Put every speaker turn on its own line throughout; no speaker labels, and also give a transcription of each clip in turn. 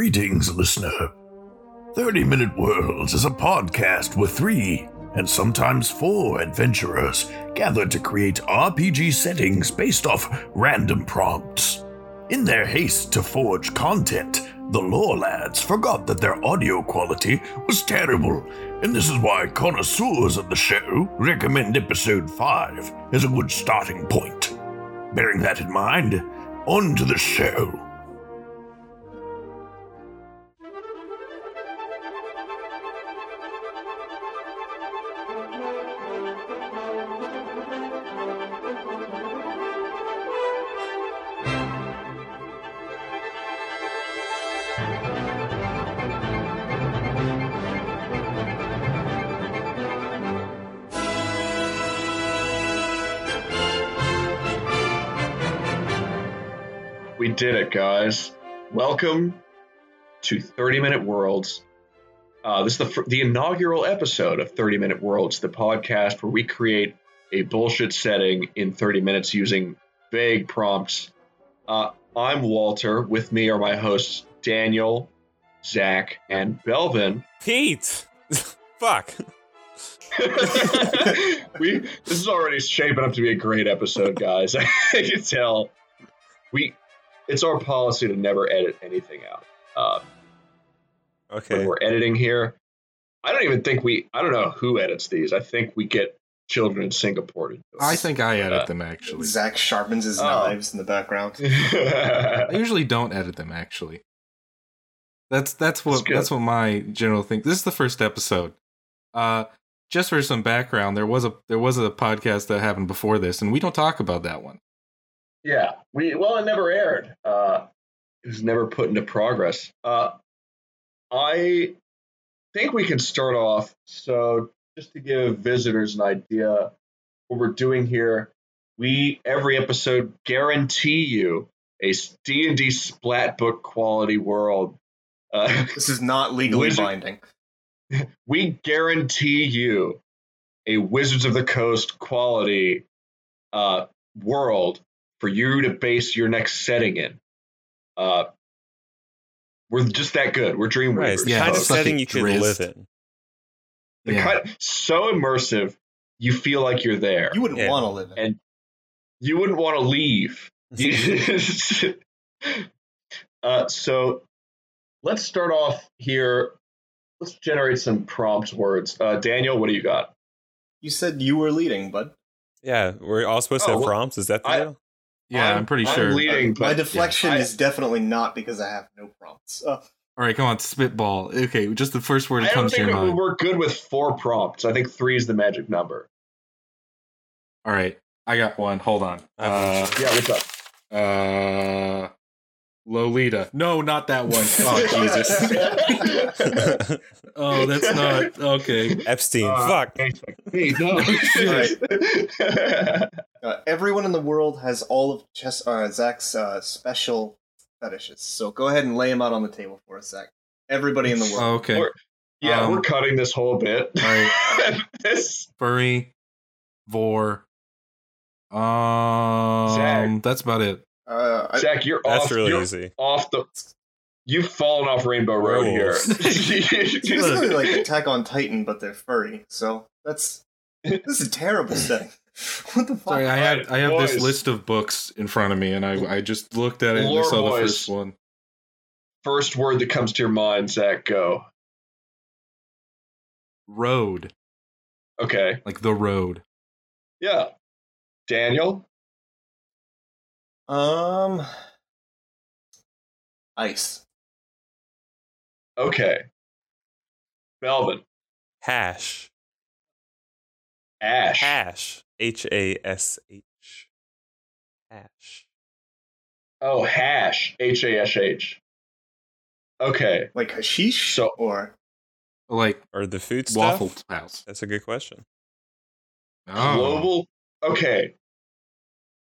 Greetings, listener. 30 Minute Worlds is a podcast with three and sometimes four adventurers gathered to create RPG settings based off random prompts. In their haste to forge content, the lore lads forgot that their audio quality was terrible, and this is why connoisseurs of the show recommend episode 5 as a good starting point. Bearing that in mind, on to the show.
We did it, guys. Welcome to 30 Minute Worlds. Uh, this is the, fir- the inaugural episode of 30 Minute Worlds, the podcast where we create a bullshit setting in 30 minutes using vague prompts. Uh, I'm Walter. With me are my hosts, Daniel, Zach, and Belvin.
Pete! Fuck.
we this is already shaping up to be a great episode, guys. I can tell. We it's our policy to never edit anything out. Um, when
Okay.
we're editing here, I don't even think we. I don't know who edits these. I think we get children in Singapore to do it.
I think I edit
Uh,
them actually.
Zach sharpens his
Oh.
knives in the background.
I usually don't edit them actually. That's that's
That's
what
good.
that's, what my general thing. This is the first episode. Uh just for some background, there was a there was a podcast that happened before this and we don't talk about that one.
yeah, we well, it never aired. Uh, it was never put into progress. Uh, I think we can start off. So just to give visitors an idea, what we're doing here, we every episode guarantee you a D and D splat book quality world. Uh,
This is not legally
Wizard-
binding.
we guarantee you a Wizards of the Coast quality uh, world for you to base your next setting in. Uh, we're just that good. We're dream
Right,
weavers.
it's the
Yeah,
kind of
it's like
setting
a
you can
drizzt.
live in.
The kind- so immersive, you feel like you're there.
You wouldn't
Yeah.
want to live in.
And- You wouldn't want to leave. uh, so let's start off here. Let's generate some prompt words. Uh, Daniel, what do you got?
You said you were leading, bud.
Yeah, we're all supposed
Oh,
to have
well,
prompts. Is that the
I-
deal?
yeah, I'm, pretty sure.
leading,
My
but
deflection
I-
is definitely not because I have no prompts. Uh,
All right, come on, spitball. Okay, just the first word
I
that
don't
comes to
think
your
we-
mind.
we're good with four prompts. I think three is the magic number.
All right. I got one. Hold on. Uh
Yeah, what's up?
uh Lolita. No, not that one. Oh Jesus. Oh, that's not okay.
Epstein.
Uh,
Fuck.
Hey, no.
uh, everyone in the world has all of Chess, uh, Zach's uh, special fetishes, so go ahead and lay them out on the table for us, Zach. Everybody in the world.
Okay.
Or- yeah,
Um,
we're cutting this whole bit.
All right.
this,
Furry, vor. Um, that's about it.
Uh, I,
Zach, you're
That's
off.
really
you're
easy.
off the. You've fallen off Rainbow Road here.
it's basically like Attack on Titan, but they're furry. So that's this is a terrible setting. What the fuck?
Sorry, I
Alright,
have I have
boys.
this list of books in front of me, and I I just looked at it and I
Lore
saw the
boys.
first one.
First word that comes to your mind, Zach, go.
Road,
Okay.
like the road.
Yeah. Daniel?
Um, ice.
Okay. Melvin?
Hash.
Ash?
Hash. H A S H. Hash.
Oh, hash. H A S H. Okay.
Like hashish?
So-
or
Like
Or the food stuff?
waffle house.
That's a good question.
Oh.
Global. Okay.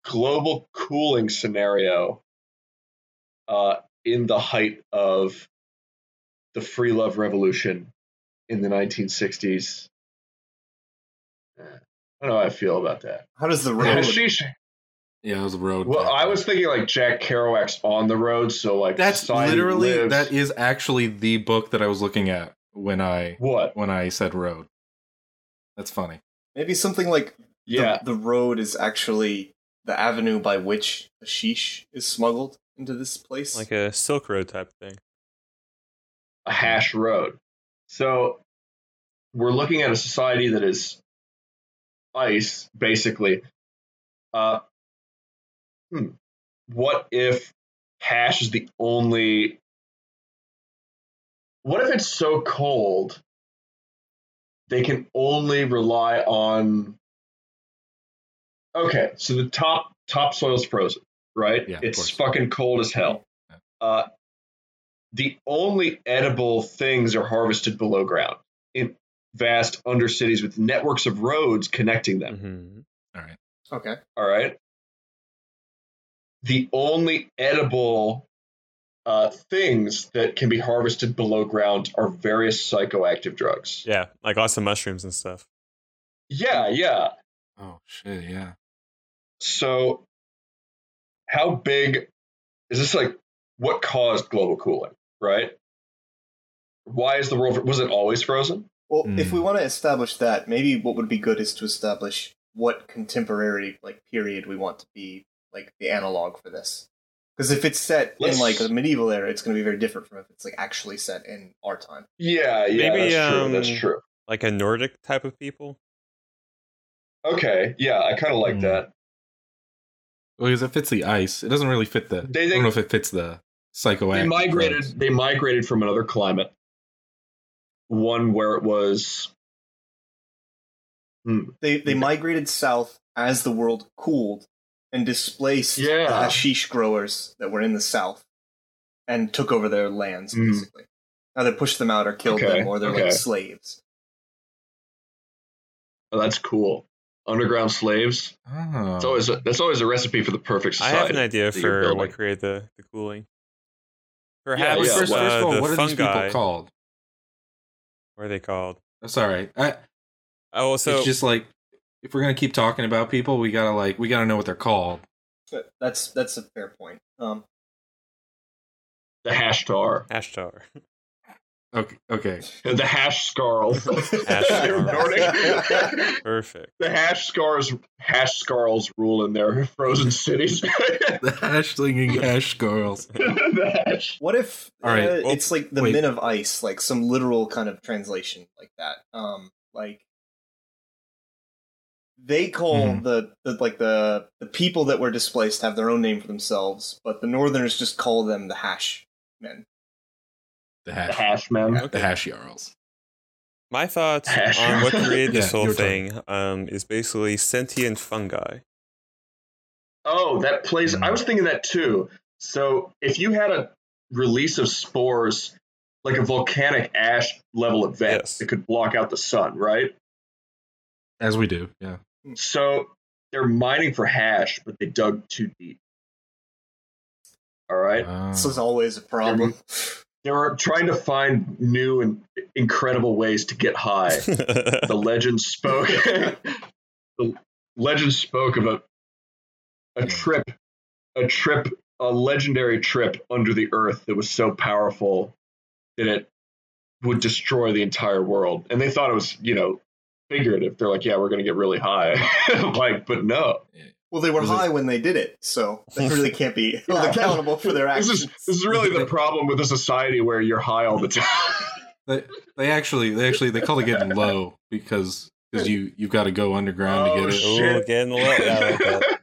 Global cooling scenario. Uh, in the height of the free love revolution in the 1960s. Eh, I don't know how I feel about that.
how does the road
Hashish.
Yeah, it was a road.
Well,
back
I
then.
was thinking like Jack Kerouac's On the Road, so like
That's
society
literally
lives-
that is actually the book that I was looking at when I
what?
when I said road. That's funny.
Maybe something like the-
Yeah,
the, road is actually the avenue by which hashish is smuggled into this place.
Like a Silk Road type thing.
a hash road. So we're looking at a society that is ice, basically. Uh, hmm. What if hash is the only? What if it's so cold they can only rely on? Okay, so the top top soil's frozen, right?
Yeah, of
it's
course.
fucking cold as hell.
Yeah.
Uh, the only edible things are harvested below ground in vast undercities with networks of roads connecting them.
Mm-hmm.
okay,
All right. The only edible uh, things that can be harvested below ground are various psychoactive drugs.
Yeah, like lots of mushrooms and stuff.
Yeah, yeah.
Oh shit, yeah.
So, how big is this? Like, what caused global cooling? Right? Why is the world was it always frozen?
well,
Hmm.
if we want to establish that, maybe what would be good is to establish what contemporary like period we want to be like the analog for this. Because if it's set
Let's-
in like the medieval era, it's going to be very different from if it's like actually set in our time.
Yeah, yeah,
Maybe,
that's true. That's
um,
true.
Like a Nordic type of people.
Okay, yeah, I kind of like
Hmm.
that.
Well, because it fits the ice. It doesn't really fit the.
They-
I
they-
don't know if it fits the psychoactive.
They migrated.
drugs.
They migrated from another climate, one where it was. Hmm,
They they migrated south as the world cooled and displaced the
Yeah.
hashish growers that were in the south and took over their lands
Mm.
basically. Either pushed them out or killed
Okay,
them or they're
okay.
like slaves.
oh, that's cool. Underground slaves.
Oh.
It's always a, that's always a recipe for the perfect
I
society.
have an idea
that you're
for what
building.
created the, the cooling.
Well,
Perhaps
yeah,
first,
uh,
first of all,
the
what are these
fungi.
people called?
What are they called?
That's all right. I,
Oh, so
it's just like if we're gonna keep talking about people, we gotta like we gotta know what they're called.
But That's that's a fair point. Um
The hash tar,
Ashtar.
Okay. Okay.
the hash scarls. They're Nordic.
Perfect.
the hash scars, hash scarls rule in their frozen cities.
the hash slinging hash girls.
the hash.
what if
All right,
uh,
well,
it's like the
wait.
men of ice, like some literal kind of translation like that. Um like they call
Mhm.
the, the like the the people that were displaced have their own name for themselves, but the northerners just call them the hash men.
The
The
hash.
hash men.
The hash yarls.
My thoughts
Hash.
on what created this
Yeah,
whole
your
thing um, is basically sentient fungi.
Oh, that plays. I was thinking that too. So if you had a release of spores, like a volcanic ash level event,
Yes.
it could block out the sun, right?
As we do. Yeah.
So they're mining for hash, but they dug too deep. All right.
Wow.
This is always a problem.
They were trying to find new and incredible ways to get high. the legend spoke. the legend spoke of a a trip, a trip, a legendary trip under the earth that was so powerful that it would destroy the entire world. And they thought it was, you know, figurative. They're like, yeah, we're gonna get really high. like, but no,
Well, they were
Was it-
high when they did it, so they really can't be held accountable for their
this
actions.
is this is really the problem with a society where you're high all the time.
They, they actually they actually they call it getting low because because you you've got to go underground
Oh,
to get it.
Ooh,
Shit.
getting low. Yeah, I like that.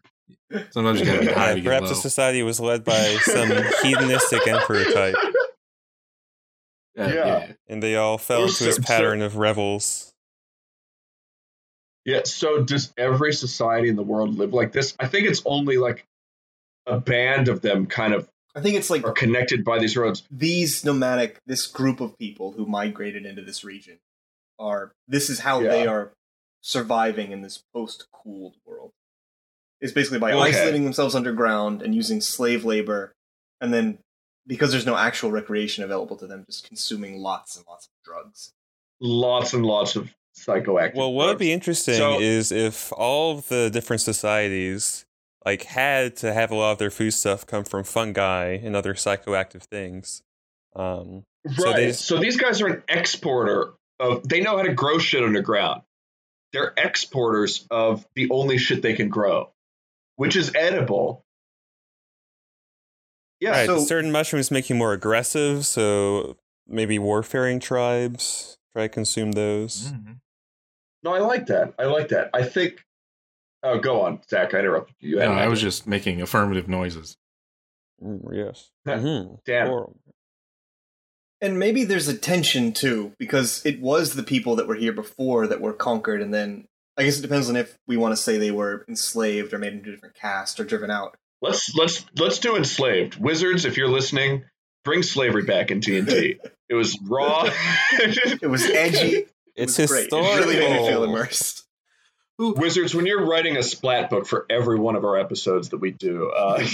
Sometimes you got to get high
Yeah,
to get
perhaps
low.
the society was led by some hedonistic emperor type,
Uh,
Yeah.
and they all fell
Or
into his
some-
pattern of revels.
Yeah, so does every society in the world live like this? I think it's only like a band of them kind of
I think it's like
are connected by these roads.
these nomadic, this group of people who migrated into this region are. This is how
Yeah.
they are surviving in this post-cooled world. It's basically by
Okay.
isolating themselves underground and using slave labor, and then because there's no actual recreation available to them, just consuming lots and lots of drugs.
Lots and lots of psychoactive.
Well, what would
drugs.
be interesting
So-
is if all of the different societies like had to have a lot of their food stuff come from fungi and other psychoactive things. Um,
Right.
So
So,
they-
these guys are an exporter of. They know how to grow shit underground. They're exporters of the only shit they can grow, which is edible. Yeah.
right,
so-
certain mushrooms make you more aggressive, so maybe warfaring tribes try to consume those.
No, I like that. I like that. I think. Oh, go on, Zach. I interrupted you. You had
No,
an
I was
idea.
just making affirmative noises.
Mm, yes.
Huh.
Mhm.
Damn.
Or-
And maybe there's a tension too, because it was the people that were here before that were conquered, and then I guess it depends on if we want to say they were enslaved or made into a different caste or driven out.
Let's let's let's do enslaved wizards. If you're listening, bring slavery back in TNT. it was raw.
It was edgy.
It's
it was great.
historical.
It really made me feel immersed.
Wizards, when you're writing a splat book for every one of our episodes that we do, uh,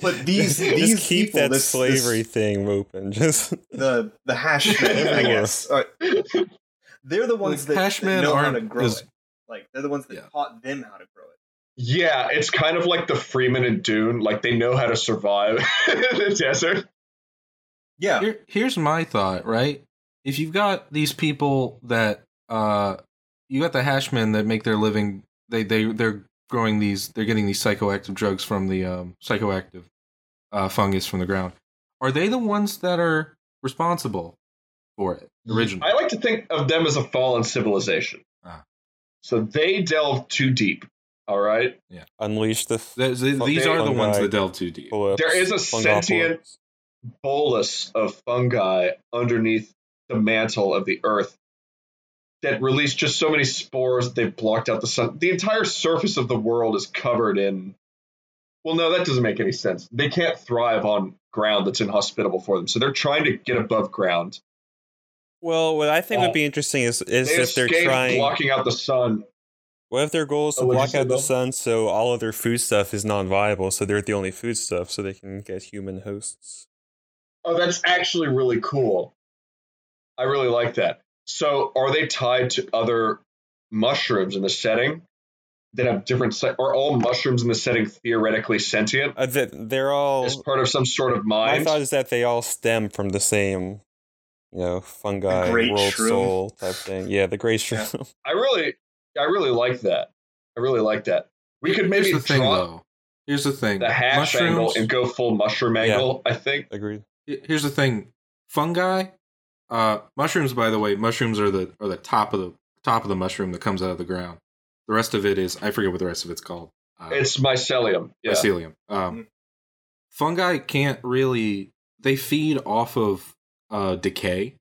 But these
Just
these
keep
people,
that
this,
slavery
this-
thing open. Just
the the hashmen, I guess. are- they're the ones
Like,
that, that
hashmen
know how
aren't
to grow
as-
it. Like they're the ones that
Yeah.
taught them how to grow it.
yeah, it's kind of like the Freeman and Dune. Like they know how to survive in the desert.
Yeah,
Here, here's my thought, right? If you've got these people that uh you got the hashmen that make their living they they they're growing these they're getting these psychoactive drugs from the um psychoactive uh fungus from the ground. Are they the ones that are responsible for it originally?
I like to think of them as a fallen civilization.
Ah.
So they delve too deep. All right.
unleash the. f-
Th- th-
Fuck
these
they-
are the ones
fungi.
that delve too deep.
pull-ups,
There is a
fungal
sentient-
pull-ups.
bolus of fungi underneath the mantle of the earth that release just so many spores that they've blocked out the sun. The entire surface of the world is covered in. Well, no, that doesn't make any sense. They can't thrive on ground that's inhospitable for them. So they're trying to get above ground.
Well, what I think
Uh,
would be interesting is, is
they
if they're
escape
trying.
blocking out the sun.
What if their goal is to
Oh, what'd you
block
say,
out the
Bill?
sun so all of their food stuff is non viable, so they're the only food stuff, so they can get human hosts?
Oh, that's actually really cool. I really like that. So, are they tied to other mushrooms in the setting that have different? Se- are all mushrooms in the setting theoretically sentient
Uh, th- they're all.
as part of some sort of
My
mind?
thought is that they all stem from the same, you know, fungi,
great
world
shroom.
soul type thing. Yeah, the great shroom.
I really, I really like that. I really like that. We could maybe
Here's the thing,
draw
though. Here's the thing.
the hash angle
Mushrooms.
and go full mushroom
Yeah.
angle. I think.
Agreed.
Here's the thing. Fungi, uh, mushrooms. By the way, mushrooms are the are the top of the top of the mushroom that comes out of the ground. The rest of it is I forget what the rest of it's called. Uh,
It's mycelium. Yeah. Mm.
mycelium. Um, fungi can't really. They feed off of uh, decay,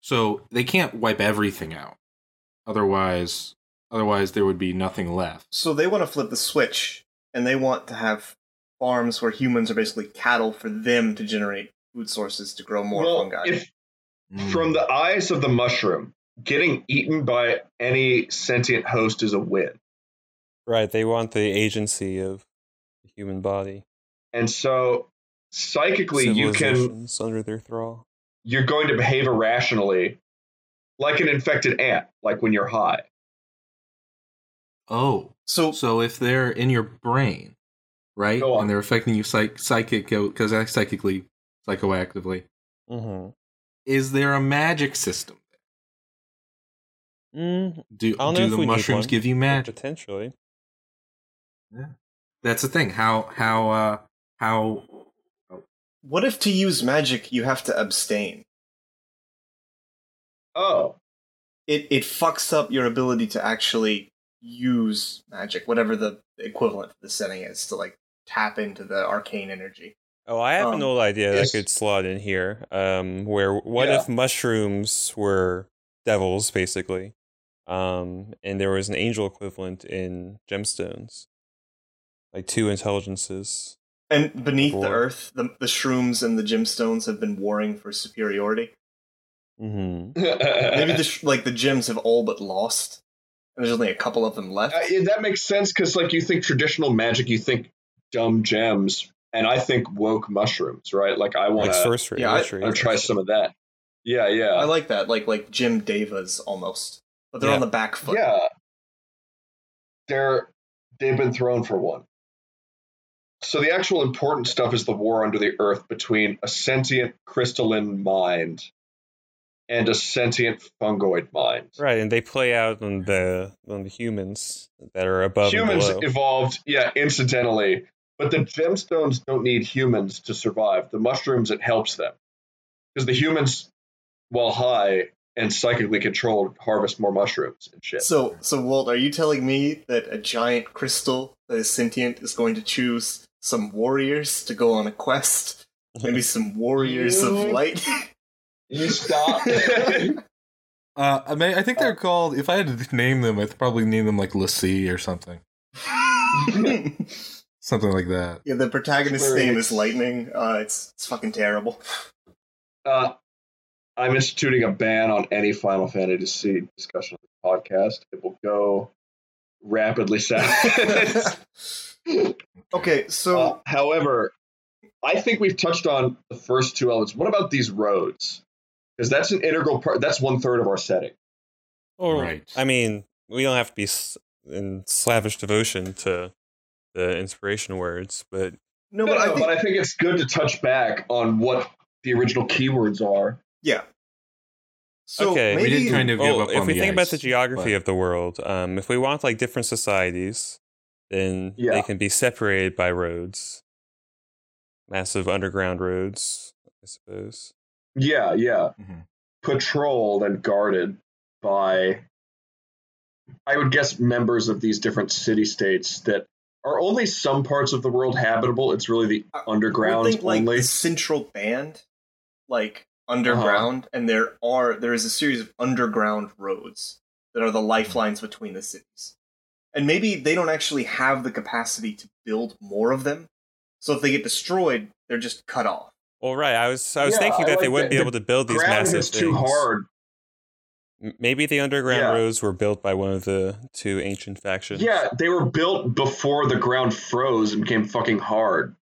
so they can't wipe everything out. Otherwise, otherwise there would be nothing left.
So they want to flip the switch, and they want to have farms where humans are basically cattle for them to generate food sources to grow more
Well,
fungi.
if
Mm.
from the eyes of the mushroom, getting eaten by any sentient host is a win.
Right, they want the agency of the human body.
and so psychically you can
civilizations under their thrall.
you're going to behave irrationally like an infected ant like when you're high
oh,
so,
So if they're in your brain, right,
Go on.
and they're affecting you psych- psychic because psychically, psychoactively,
Mm-hmm.
is there a magic system?
Mm,
Do
I don't know
do
if
the
we need
mushrooms
one.
give you magic?
potentially.
That's the thing. How how uh how
what if to use magic you have to abstain?
oh
It it fucks up your ability to actually use magic, whatever the equivalent for the setting is, to like tap into the arcane energy.
Oh, I have an
Um,
old idea that
yes.
could slot in here. Um, where what
Yeah.
if mushrooms were devils, basically? Um, and there was an angel equivalent in gemstones, like two intelligences.
And beneath the
Cool.
earth, the, the shrooms and the gemstones have been warring for superiority.
Mm-hmm.
Maybe
Uh,
the sh- like the gems have all but lost, and there's only a couple of them
Uh,
left.
Uh, yeah, that makes sense because like you think traditional magic you think dumb gems and i think woke mushrooms right like i want
Like
to
sorcery.
yeah, I-
witchery,
try some of that yeah yeah
I like that, like like Jim Davis almost, but they're
Yeah.
on the back foot.
yeah they're They've been thrown for one. So the actual important stuff is the war under the earth between a sentient crystalline mind and a sentient fungoid mind.
Right, and they play out on the on the humans that are above and
humans
below.
evolved, yeah, incidentally, but the gemstones don't need humans to survive. The mushrooms it helps them because the humans, while high and psychically controlled, harvest more mushrooms and shit.
So, so Walt, are you telling me that a giant crystal that is sentient is going to choose some warriors to go on a quest? Maybe some warriors of
You-
light.
you stop.
Uh, I, may, I think they're called. If I had to name them, I'd probably name them like Lassie or something,
yeah,
something like that.
the protagonist's
Where
name
it's-
is Lightning. Uh, it's it's fucking terrible.
uh, I'm instituting a ban on any Final Fantasy discussion on the podcast. It will go rapidly south.
okay, so
Uh, however, I think we've touched on the first two elements. What about these roads? Because that's an integral part. That's one third of our setting.
Or,
Right.
I mean, we don't have to be s- in slavish devotion to the inspiration words, but
no,
No,
but I
no,
think
but I think it's good to touch back on what the original keywords are.
yeah. So
Okay, we
maybe,
we did kind of give
well,
up
Oh, if
on
we
the
think about
ice,
the geography
but-
of the world, um, if we want like different societies, then
Yeah.
they can be separated by roads, massive underground roads, I suppose.
Yeah, yeah.
Mhm.
Patrolled and guarded by, I would guess, members of these different city states that are only some parts of the world habitable. It's really the
I-
underground
I think like
only. Uh-huh.
the central band, like underground, and there are there is a series of underground roads that are the lifelines between the cities, and maybe they don't actually have the capacity to build more of them. So if they get destroyed, they're just cut off.
Well, right. I was I was
Yeah,
thinking
I
that they
like
wouldn't
that.
be able to build these
Ground
massive
is
things.
too hard.
M- Maybe the underground
Yeah.
roads were built by one of the two ancient factions.
Yeah, they were built before the ground froze and became fucking hard.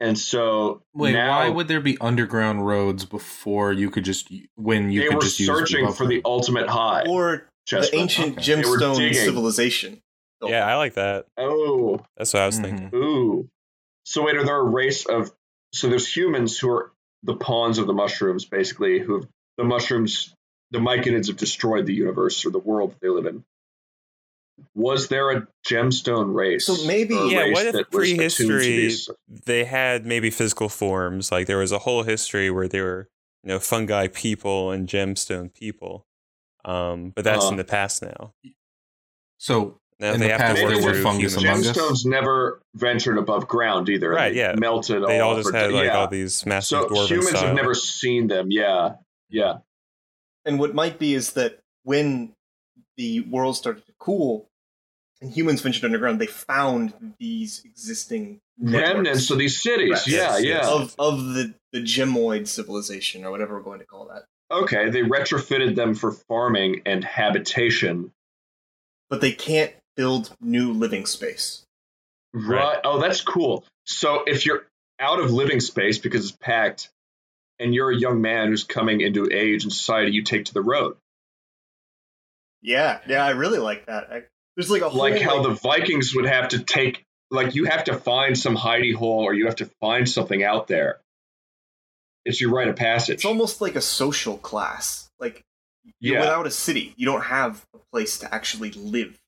And so
Wait,
now
why would there be underground roads before you could just when you
they
could
were
just
searching
use
for the ultimate high?
Or
Chess
the ancient
Okay.
They were
gemstone
digging.
civilization.
Yeah, I like that.
oh,
That's what I was
Mhm.
thinking.
Ooh. So wait, are there a race of so there's humans who are the pawns of the mushrooms, basically, who have the mushrooms the myconids have destroyed the universe or the world that they live in. Was there a gemstone race?
So maybe-
or a
Yeah,
race
what if
that was attuned to
prehistory-
these-
They had maybe physical forms. Like there was a whole history where there were you know fungi people and gemstone people. Um, but that's
Uh-huh.
in the past now.
So
Now
In
they
the
have
past,
to work
there were
through
fungus
humans.
among us.
Gemstones never ventured above ground either.
Right,
They
yeah.
Melted
They all
off
just
or-
had like
yeah.
all these massive
So
dwarven
humans
style.
have never seen them. Yeah. Yeah.
And what might be is that when the world started to cool and humans ventured underground, they found these existing
Remnants
networks
of these cities.
Right.
Yeah,
Yes,
yeah.
yes.
of, of the, the gemoid civilization or whatever we're going to call that.
okay, they retrofitted them for farming and habitation.
But they can't build new living space.
Right. Oh, that's cool. So if you're out of living space because it's packed, and you're a young man who's coming into age in society, you take to the road,
Yeah, yeah, I really like that. I, there's like a whole
like how the Vikings would have to take. Like you have to find some hidey hole, or you have to find something out there. It's your rite of passage.
it's almost like a social class. Like you're
Yeah.
without a city, you don't have a place to actually live.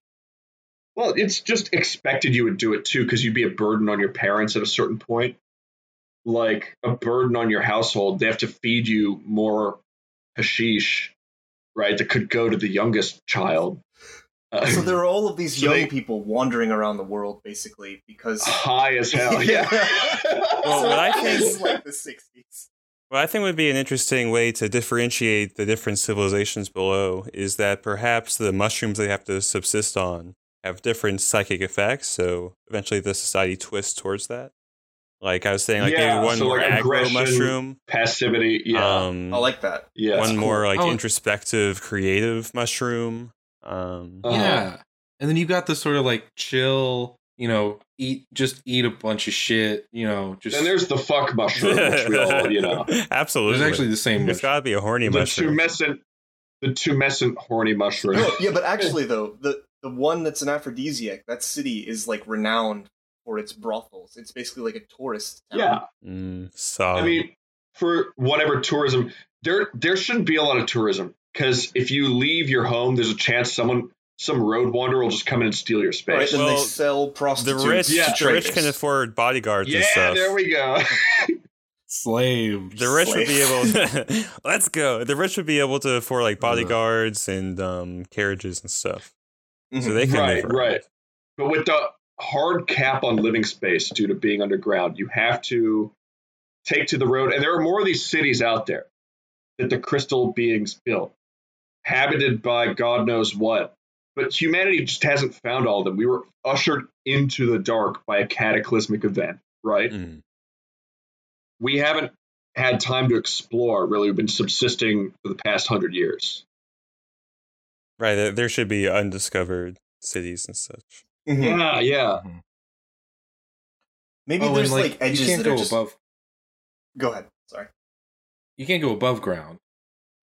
Well, it's just expected you would do it too, because you'd be a burden on your parents at a certain point. Like a burden on your household. They have to feed you more hashish, right? That could go to the youngest child. Uh,
So there are all of these
So
young
they-
people wandering around the world, basically, because
high as hell. Yeah.
Well,
So
what I
it
think-
is like the sixties.
Well, I think would be an interesting way to differentiate the different civilizations below is that perhaps the mushrooms they have to subsist on have different psychic effects, so eventually the society twists towards that. Like I was saying, like
Yeah,
maybe one
so
more
like
aggro
aggression,
mushroom,
Passivity. Yeah.
um,
I like that.
yeah.
one more like
Oh.
introspective, creative mushroom. Um,
Uh-huh.
Yeah. And then you got this sort of like chill, you know, eat just eat a bunch of shit, you know, just
Then there's the fuck mushroom, which we all, you know.
absolutely.
there's actually the same
it's got to be a horny
The
mushroom.
tumescent, the tumescent horny mushroom.
Oh, No, yeah, but actually though, the the one that's an aphrodisiac, that city is like renowned for its brothels. It's basically like a tourist town.
Yeah,
Mm, solid.
I mean, for whatever tourism, there there shouldn't be a lot of tourism because if you leave your home, there's a chance someone, some road wanderer, will just come in and steal your
Right,
space.
then they
Well,
sell
the
prostitutes.
rich,
to
yeah,
the rich
traders.
can afford bodyguards
yeah,
and stuff.
there we go.
Slave.
the rich would be able. let's go. The rich would be able to afford like bodyguards and um, carriages and stuff, so
Mhm.
they can
Mm-hmm. Right,
live around.
right. but with the hard cap on living space due to being underground, you have to take to the road. And there are more of these cities out there that the crystal beings built, habited by God knows what. But humanity just hasn't found all of them. We were ushered into the dark by a cataclysmic event, right?
Mm.
we haven't had time to explore really we've been subsisting for the past hundred years
Right, there- There should be undiscovered cities and such.
Mhm.
yeah yeah
Maybe
Oh, and
there's like,
like, you
edges
can't
that are
go
just.
above.
Go ahead. Sorry.
You can't go above ground,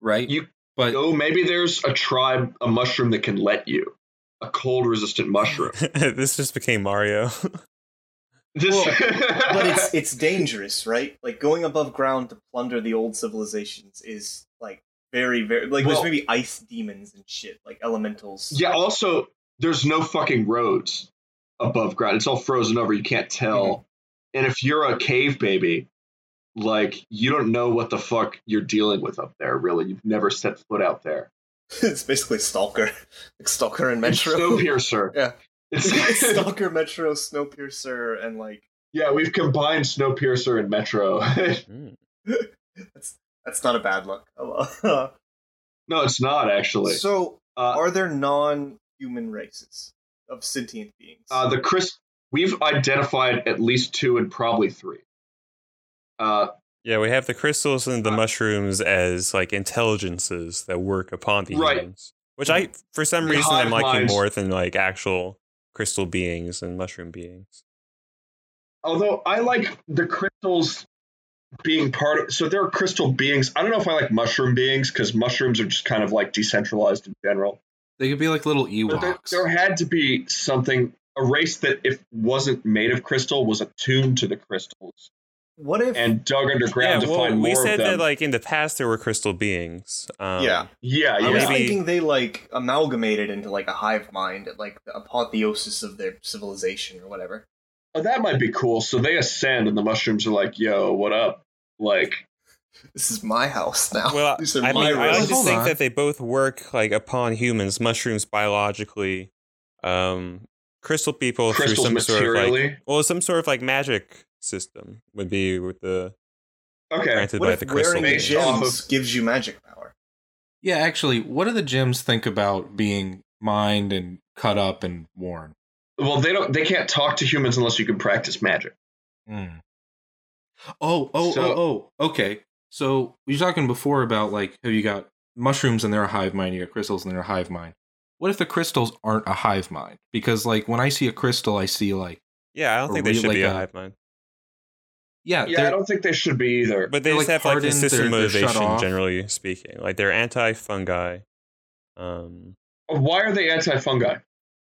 right?
You-
but
oh maybe there's a tribe a mushroom that can let you a cold resistant mushroom
this just became Mario.
this
But it's it's dangerous, right? Like going above ground to plunder the old civilizations is like very very like
Well-
there's maybe ice demons and shit like elementals.
yeah also there's no fucking roads above ground it's all frozen over you can't tell
Mm-hmm.
and if you're a cave baby like you don't know what the fuck you're dealing with up there really you've never set foot out there
it's basically stalker, like stalker and metro.
snowpiercer
Yeah.
it's
Stalker, Metro, Snowpiercer, and like
Yeah, we've combined Snowpiercer and Metro. Hmm.
Mm.
that's that's not a bad look. Oh,
no, it's not
well.
actually.
so,
uh,
are there non-human races of sentient beings?
uh, the Chris, we've identified at least two and probably three. Uh,
Yeah, we have the crystals and the
Uh,
mushrooms as like intelligences that work upon the
Right. Mm-hmm.
humans. Which I, for some
The
reason,
hive
I'm liking
minds.
more than like actual crystal beings and mushroom beings.
although I like the crystals being part of. So there are crystal beings. I don't know if I like mushroom beings because mushrooms are just kind of like decentralized in general.
they could be like little
But there,
Ewoks.
there had to be something, a race that if wasn't made of crystal was attuned to the crystals
what if?
and dug underground
yeah,
to
well,
find more
we
of
said
them.
that like in the past there were crystal beings. Um,
yeah,
yeah,
I was
yeah.
maybe-
thinking they like amalgamated into like a hive mind, at, like the apotheosis of their civilization or whatever.
oh, that might be cool. So they ascend, and the mushrooms are like, "Yo, what up?" Like,
This is my house now.
Well,
These are
I
my
mean, I
races.
like to
Hold
think
on.
that they both work like upon humans, mushrooms biologically, um, crystal people
Crystals
through some sort of like,
materially?
well, some sort of like magic system would be with the
okay,
granted
what
by
if
the crystal.
wearing
beings.
beings.
gem- Off
gems gives you magic power?
yeah, actually, what do the gems think about being mined and cut up and worn?
well, they don't, they can't talk to humans unless you can practice magic.
Mm. Oh, oh,
So-
oh, oh. Okay. So we were talking before about like, have you got mushrooms and they're a hive mind? You got crystals and they're a hive mind. What if the crystals aren't a hive mind? Because like when I see a crystal, I see like,
Yeah, I don't
Or
think they
really
should be a
like uh, a-
hive mind,
yeah,
Yeah,
they're-
I don't think they should be either.
but they
they're,
just
like,
have like
hardened,
consistent
they're- they're shut
motivation,
off.
generally speaking. Like they're anti-fungi. Um,
Why are they anti-fungi?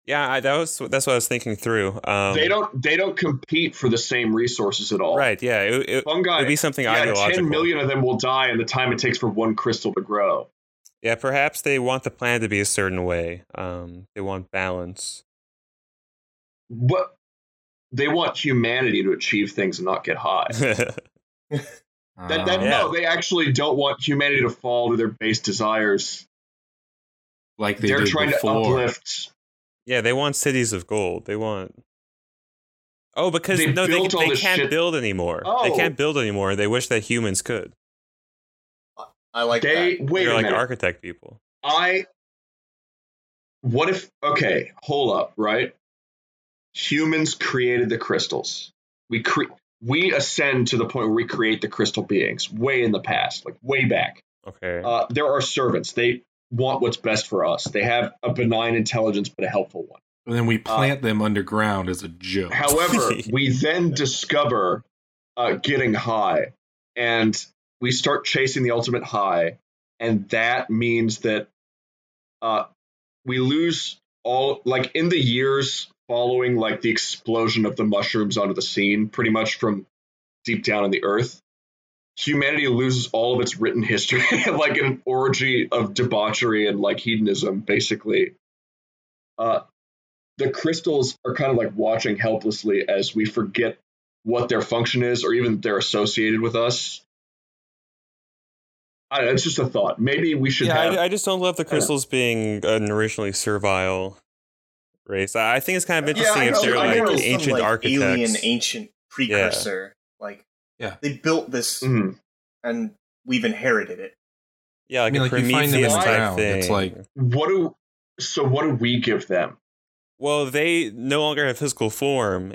yeah, I, that was that's what I was thinking through. Um,
they don't, they don't compete for the same resources at all.
right? Yeah, it, it,
fungi.
would be something
yeah,
ideological.
ten million of them will die in the time it takes for one crystal to grow.
Yeah, perhaps they want the planet to be a certain way. Um, they want balance.
What? They want humanity to achieve things and not get high. That, that,
Uh,
yeah.
No, they actually don't want humanity to fall to their base desires.
like they
They are
did
trying
before.
to uplift
yeah, they want cities of gold. They want. Oh, because
They
no, they,
built all
they
this
can't
shit-
build anymore. They
Oh.
can't build anymore. They wish that humans could.
I like
they
that.
wait
They're
a
like
minute.
architect people.
I what if okay, hold up, right? Humans created the crystals. We cre- we ascend to the point where we create the crystal beings way in the past, like way back.
Okay.
Uh, there are servants. They want what's best for us. They have a benign intelligence, but a helpful one.
And then we
uh,
plant them underground as a joke.
However, we then discover uh, getting high, and we start chasing the ultimate high, and that means that uh, we lose all like in the years following like the explosion of the mushrooms onto the scene, pretty much from deep down in the earth, humanity loses all of its written history, like an orgy of debauchery and like hedonism, basically. Uh, the crystals are kind of like watching helplessly as we forget what their function is or even that they're associated with us. I don't know, it's just a thought. Maybe we should
yeah,
have.
I, I just don't love the crystals being an originally servile race. I I think it's kind of interesting
I
if
know,
they're
I know
like
it's some,
ancient
like,
architects.
alien ancient precursor. Like,
Yeah.
they built this
Mm.
Mhm.
and we've inherited it.
yeah, like
I mean,
a
like, you find them in
Prometheus
the
type
ground.
thing.
It's like-
What do so? What do we give them?
well, they no longer have physical form,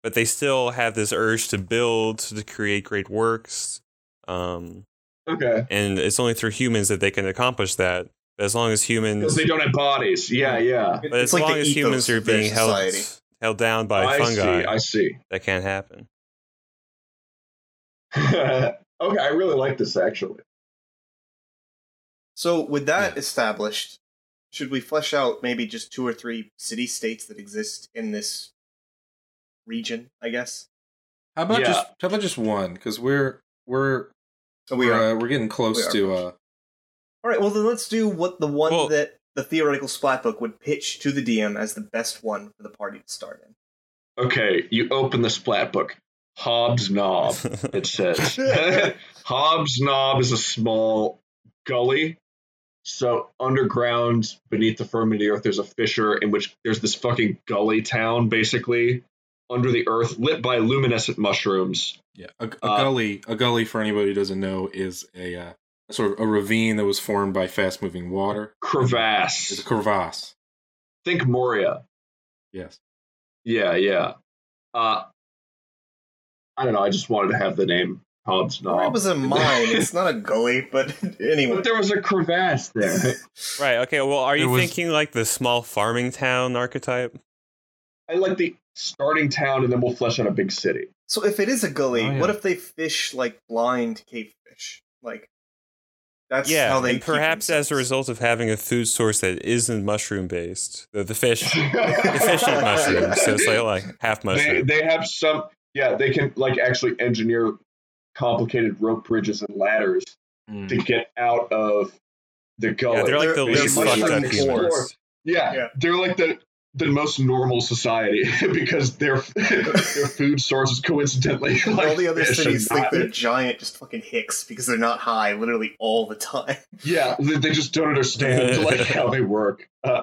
but they still have this urge to build, to create great works. Um,
Okay,
and it's only through humans that they can accomplish that. As long as humans
because they don't have bodies. Yeah, yeah.
It-
But as long as humans
ethos
are
of their
being held,
society.
held down by
I
fungi,
see. I see.
that can't happen.
okay, I really like this actually.
So, with that
Yeah.
established, should we flesh out maybe just two or three city states that exist in this region? I guess.
How about
Yeah.
just how about just one? Because we're we're
So we
we're,
are
uh, we're getting close
we are
to uh
all right. Well, then let's do what the one
Well-
that the theoretical splat book would pitch to the DM as the best one for the party to start in.
Okay, you open the splat book. Hobbs Knob. It says Hobbs Knob is a small gully. So underground, beneath the firmament of the earth, there's a fissure in which there's this fucking gully town, basically under the earth, lit by luminescent mushrooms.
yeah a, a
Uh,
gully a gully for anybody who doesn't know is a uh, sort of a ravine that was formed by fast moving water. It's a
Crevasse.
crevasse.
Think Moria.
Yes.
Yeah, yeah. Uh, I don't know. I just wanted to have the name Hobbs Knob.
Or it was a mine. it's not a gully, but anyway.
Oh. But there was a crevasse there.
right. Okay. Well, are you
It was-
thinking like the small farming town archetype?
I like the starting town, and then we'll flesh out a big city.
So if it is a gully,
Oh, yeah.
what if they fish like blind cave fish? Like that's
yeah.
how they.
and
keep
perhaps as a
themselves.
result of having a food source that isn't mushroom based, the, the fish, the fish
eat
eat mushrooms, so it's like, like half
They,
mushroom.
they have some. Yeah, they can like actually engineer complicated rope bridges and ladders to get out of the gully.
yeah, they're like the
They're-
least
they're
fucked
mushroom
up humans.
explorers. Yeah,
Yeah.
they're like the the most normal society because their their food source is coincidentally
And
like
all the other
fish and
cities think
not-
they're giant, just fucking hicks because they're not high, literally all the time.
Yeah, they they just don't understand like how they work. Uh,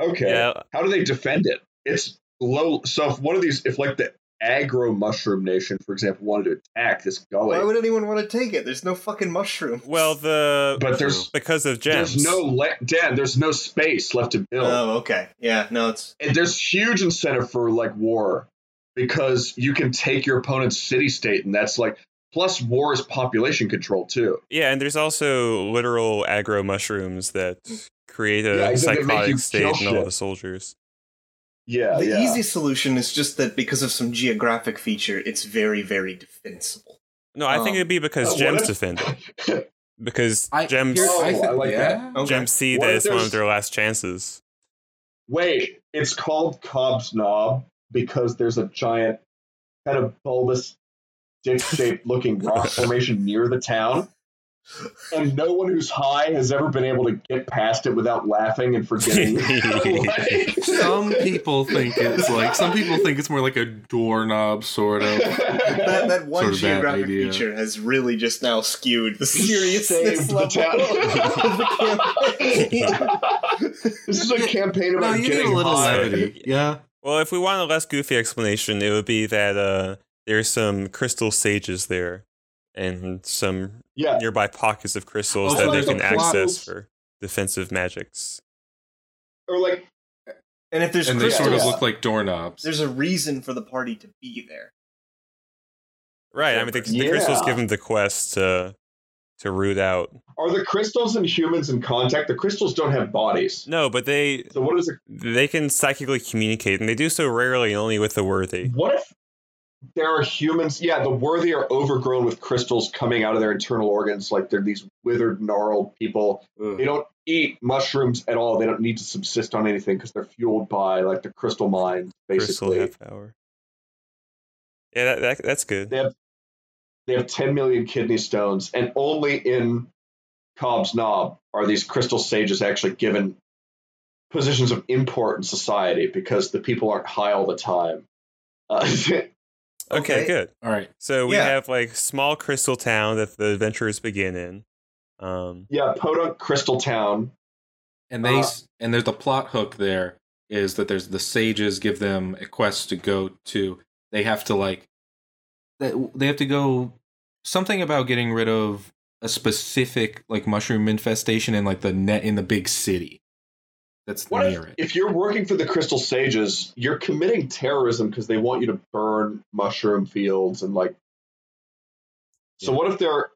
okay,
Yeah.
how do they defend it? It's low. So if one of these, if like the aggro mushroom nation, for example, wanted to attack this gully,
Why would anyone want to take it? There's no fucking mushroom.
Well, the
but there's
because of gems.
there's no le- Dan, there's no space left to build.
Oh, okay. Yeah, no, it's
and there's huge incentive for like war because you can take your opponent's city state, and that's like plus war is population control too.
Yeah, and there's also literal aggro mushrooms that create a
Yeah, I think they make you kill
psychotic state in all
shit.
the soldiers.
Yeah,
the
yeah.
easy solution is just that because of some geographic feature, it's very, very defensible.
No, I think
Um,
it'd be because
Uh, what
gems
if-
defend it. Because gems
here-
Oh,
thi-
I like
yeah.
Okay.
gems see
What
that
if
it's one of
there's-
their last chances.
Wait, it's called Cobb's Knob because there's a giant kind of bulbous dick-shaped looking rock formation near the town. And no one who's high has ever been able to get past it without laughing and forgetting. Like-
Some people think it's like some people think it's more like a doorknob sort of.
That, that one
Sort of bad
geographic
idea.
feature has really just now skewed the
Save
seriousness
the
level
town.
of the campaign.
this is a campaign about getting high.
levity.
Yeah.
Well, if we want a less goofy explanation, it would be that uh, there's some crystal sages there and some
Yeah,
nearby pockets of crystals
Oh,
that
so
they
there's
can
a plot-
access for defensive magics.
or like
And if there's
and they
crystals,
sort of look like doorknobs.
there's a reason for the party to be there.
Right. I mean, the, the
Yeah.
crystals give them the quest to to root out.
are the crystals and humans in contact? The crystals don't have bodies.
No, but they
So what is a
they can psychically communicate, and they do so rarely, and only with the worthy.
What if there are humans? Yeah, the worthy are overgrown with crystals coming out of their internal organs, like they're these withered, gnarled people. They don't eat mushrooms at all. They don't need to subsist on anything because they're fueled by like the crystal mine,
Crystal
basically.
half hour. Yeah, that, that that's good.
They have they have 10 million kidney stones, and only in Cobb's Knob are these crystal sages actually given positions of import in society because the people aren't high all the time. Uh,
Okay,
Okay.
good.
All right.
So we
Yeah.
have like small crystal town that the adventurers begin in. Um,
yeah, Podunk Crystal Town.
And
Uh-huh.
they
Uh,
s and there's the plot hook there is that there's the sages give them a quest to go to. They have to like they they have to go something about getting rid of a specific like mushroom infestation in like the net in the big city. That's
What
near
if,
it.
if you're working for the Crystal Sages, you're committing terrorism because they want you to burn mushroom fields and like. So
Yeah.
what if they're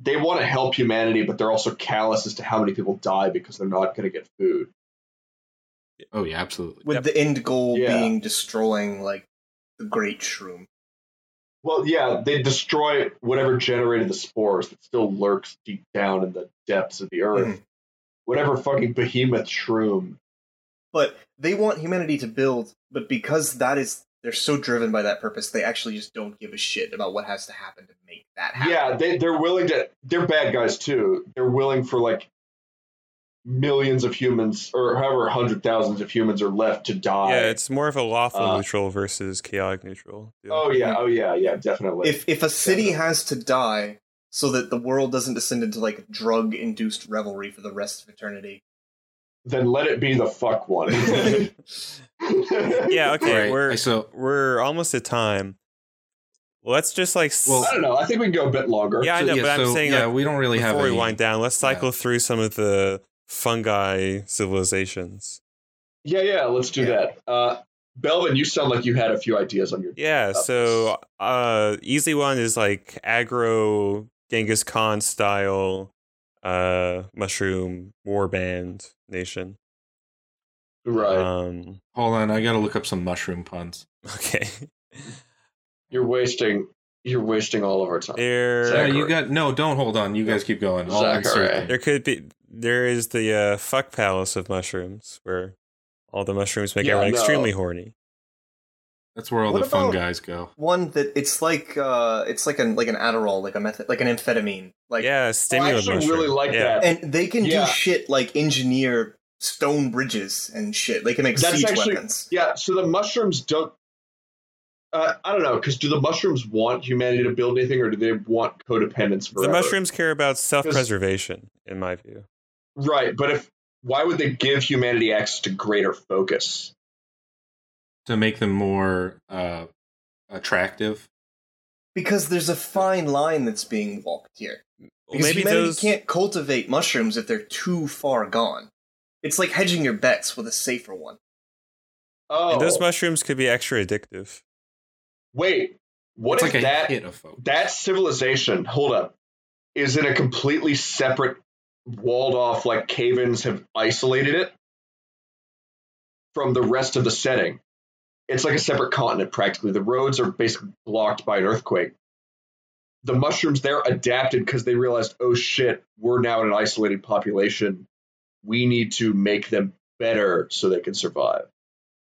they want to help humanity, but they're also callous as to how many people die because they're not going to get food.
oh yeah, absolutely.
with
Yep.
the end goal
Yeah.
being destroying like the great shroom.
Well, yeah, they destroy whatever generated the spores that still lurks deep down in the depths of the earth.
Hmm.
Mhm.
Whatever fucking behemoth shroom.
But they want humanity to build, but because that is they're so driven by that purpose, they actually just don't give a shit about what has to happen to make that happen.
Yeah, they they're willing to. They're bad guys too. They're willing for like millions of humans, or however hundred thousands of humans are left to die.
yeah, it's more of a lawful
uh,
neutral versus chaotic neutral. deal.
oh yeah, oh yeah, yeah, definitely.
If if a city has to die so that the world doesn't descend into like drug induced revelry for the rest of eternity.
then let it be the fuck one. yeah.
Yeah, okay,
Right.
we're
so
we're almost at time. Let's just like s-
Well,
I don't know. I think we can go a bit longer.
Yeah, I know, but I'm saying,
yeah,
like,
we don't really have
before we
any-
wind down, let's
yeah.
cycle through some of the fungi civilizations.
yeah, yeah. Let's do
Yeah.
that. Uh, Belvin, you sound like you had a few ideas on your.
Yeah,
about
so uh easy one is like aggro Genghis Khan style uh mushroom warband nation.
this. Right.
Um
hold on, I gotta look up some mushroom puns.
okay.
You're wasting. You're wasting all of our time.
No,
there
Zach-
you got no, don't hold on. You guys keep going. I'll
Zachary.
insert them.
there could be there is the uh fuck palace of mushrooms where all the mushrooms make
Yeah,
everyone
no.
extremely horny.
That's where all
What
the fun
about-
guys go.
One that it's like uh it's like an like an Adderall, like a method like an amphetamine. Like
yeah, stimulant
oh, actually
mushroom.
really like
yeah.
that.
and they can
Yeah.
do shit like engineer stone bridges and shit. They can make
That's
siege
actually-
weapons.
Yeah, so the mushrooms don't. Uh, I don't know, because do the mushrooms want humanity to build anything, or do they want codependence forever?
The mushrooms care about self-preservation in my view.
right? But if why would they give humanity access to greater focus?
to make them more uh, attractive.
Because there's a fine line that's being walked here.
Well,
Because
maybe
humanity
those
can't cultivate mushrooms if they're too far gone. It's like hedging your bets with a safer one.
Oh,
and those mushrooms could be extra addictive.
wait, what
it's
if
like a
that
hit of folk.
that civilization? Hold up, is in a completely separate, walled off, like cave-ins have isolated it from the rest of the setting. It's like a separate continent practically. The roads are basically blocked by an earthquake. The mushrooms there adapted because they realized, oh shit, we're now in an isolated population. We need to make them better so they can survive.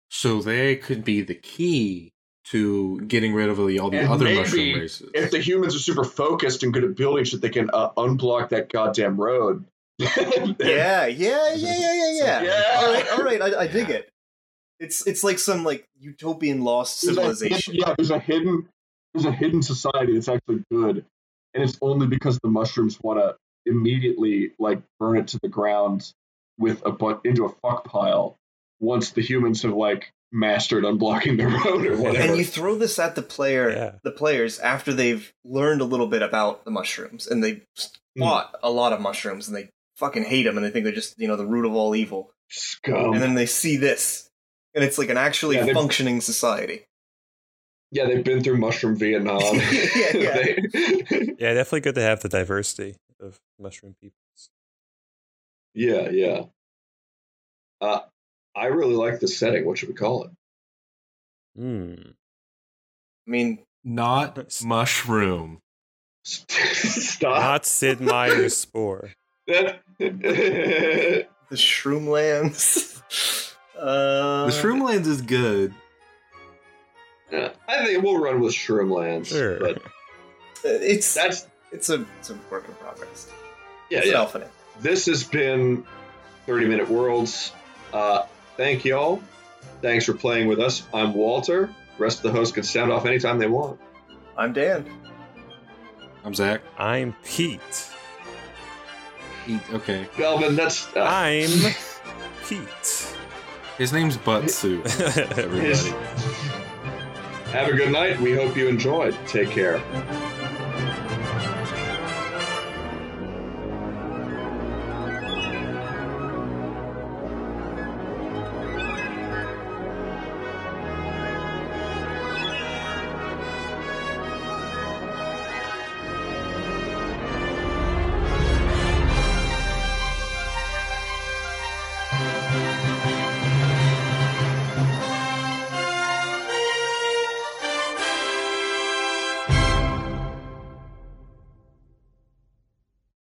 so they could be the key to getting rid of the, all the
And
other
maybe
mushroom races.
If the humans are super focused and good at building shit, they can uh, unblock that goddamn road.
Yeah, yeah, yeah, yeah, yeah, yeah.
Yeah.
All right, all right, I, I dig it. It's it's like some like utopian lost
There's a-
civilization.
yeah, there's a hidden there's a hidden society that's actually good, and it's only because the mushrooms want to immediately like burn it to the ground with a but into a fuck pile once the humans have like mastered unblocking the road or whatever.
And you throw this at the player,
Yeah.
the players after they've learned a little bit about the mushrooms, and they
Hmm.
Mm.
bought a lot of mushrooms, and they fucking hate them, and they think they're just you know the root of all evil.
Scum.
and then they see this, and it's like an actually
Um, Yeah, they-
functioning society.
yeah, they've been through mushroom Vietnam.
Yeah, yeah.
They-
Yeah, definitely good to have the diversity of mushroom peoples.
yeah, yeah. Uh, I really like the setting. What should we call it?
Hmm.
I mean,
Not mushroom.
Stop.
Ah.
Not Sid Meier's spore.
That-
The Shroomlands. uh,
the Shroomlands is good.
Yeah, I think we'll run with Shroomlands,
Sure.
but
It's
that's
it's a it's a work in progress.
yeah,
it's
yeah.
an alpha name.
This has been 30 Minute Worlds. Uh, thank y'all. Thanks for playing with us. I'm Walter. Rest of the hosts can sound off anytime they want.
I'm Dan.
I'm Zach.
I'm Pete.
He, okay.
Belvin, that's uh,
Ah.
I'm Pete.
His name's Butsu.
His-
Everybody.
have a good night. We hope you enjoyed. Take care.
Mhm.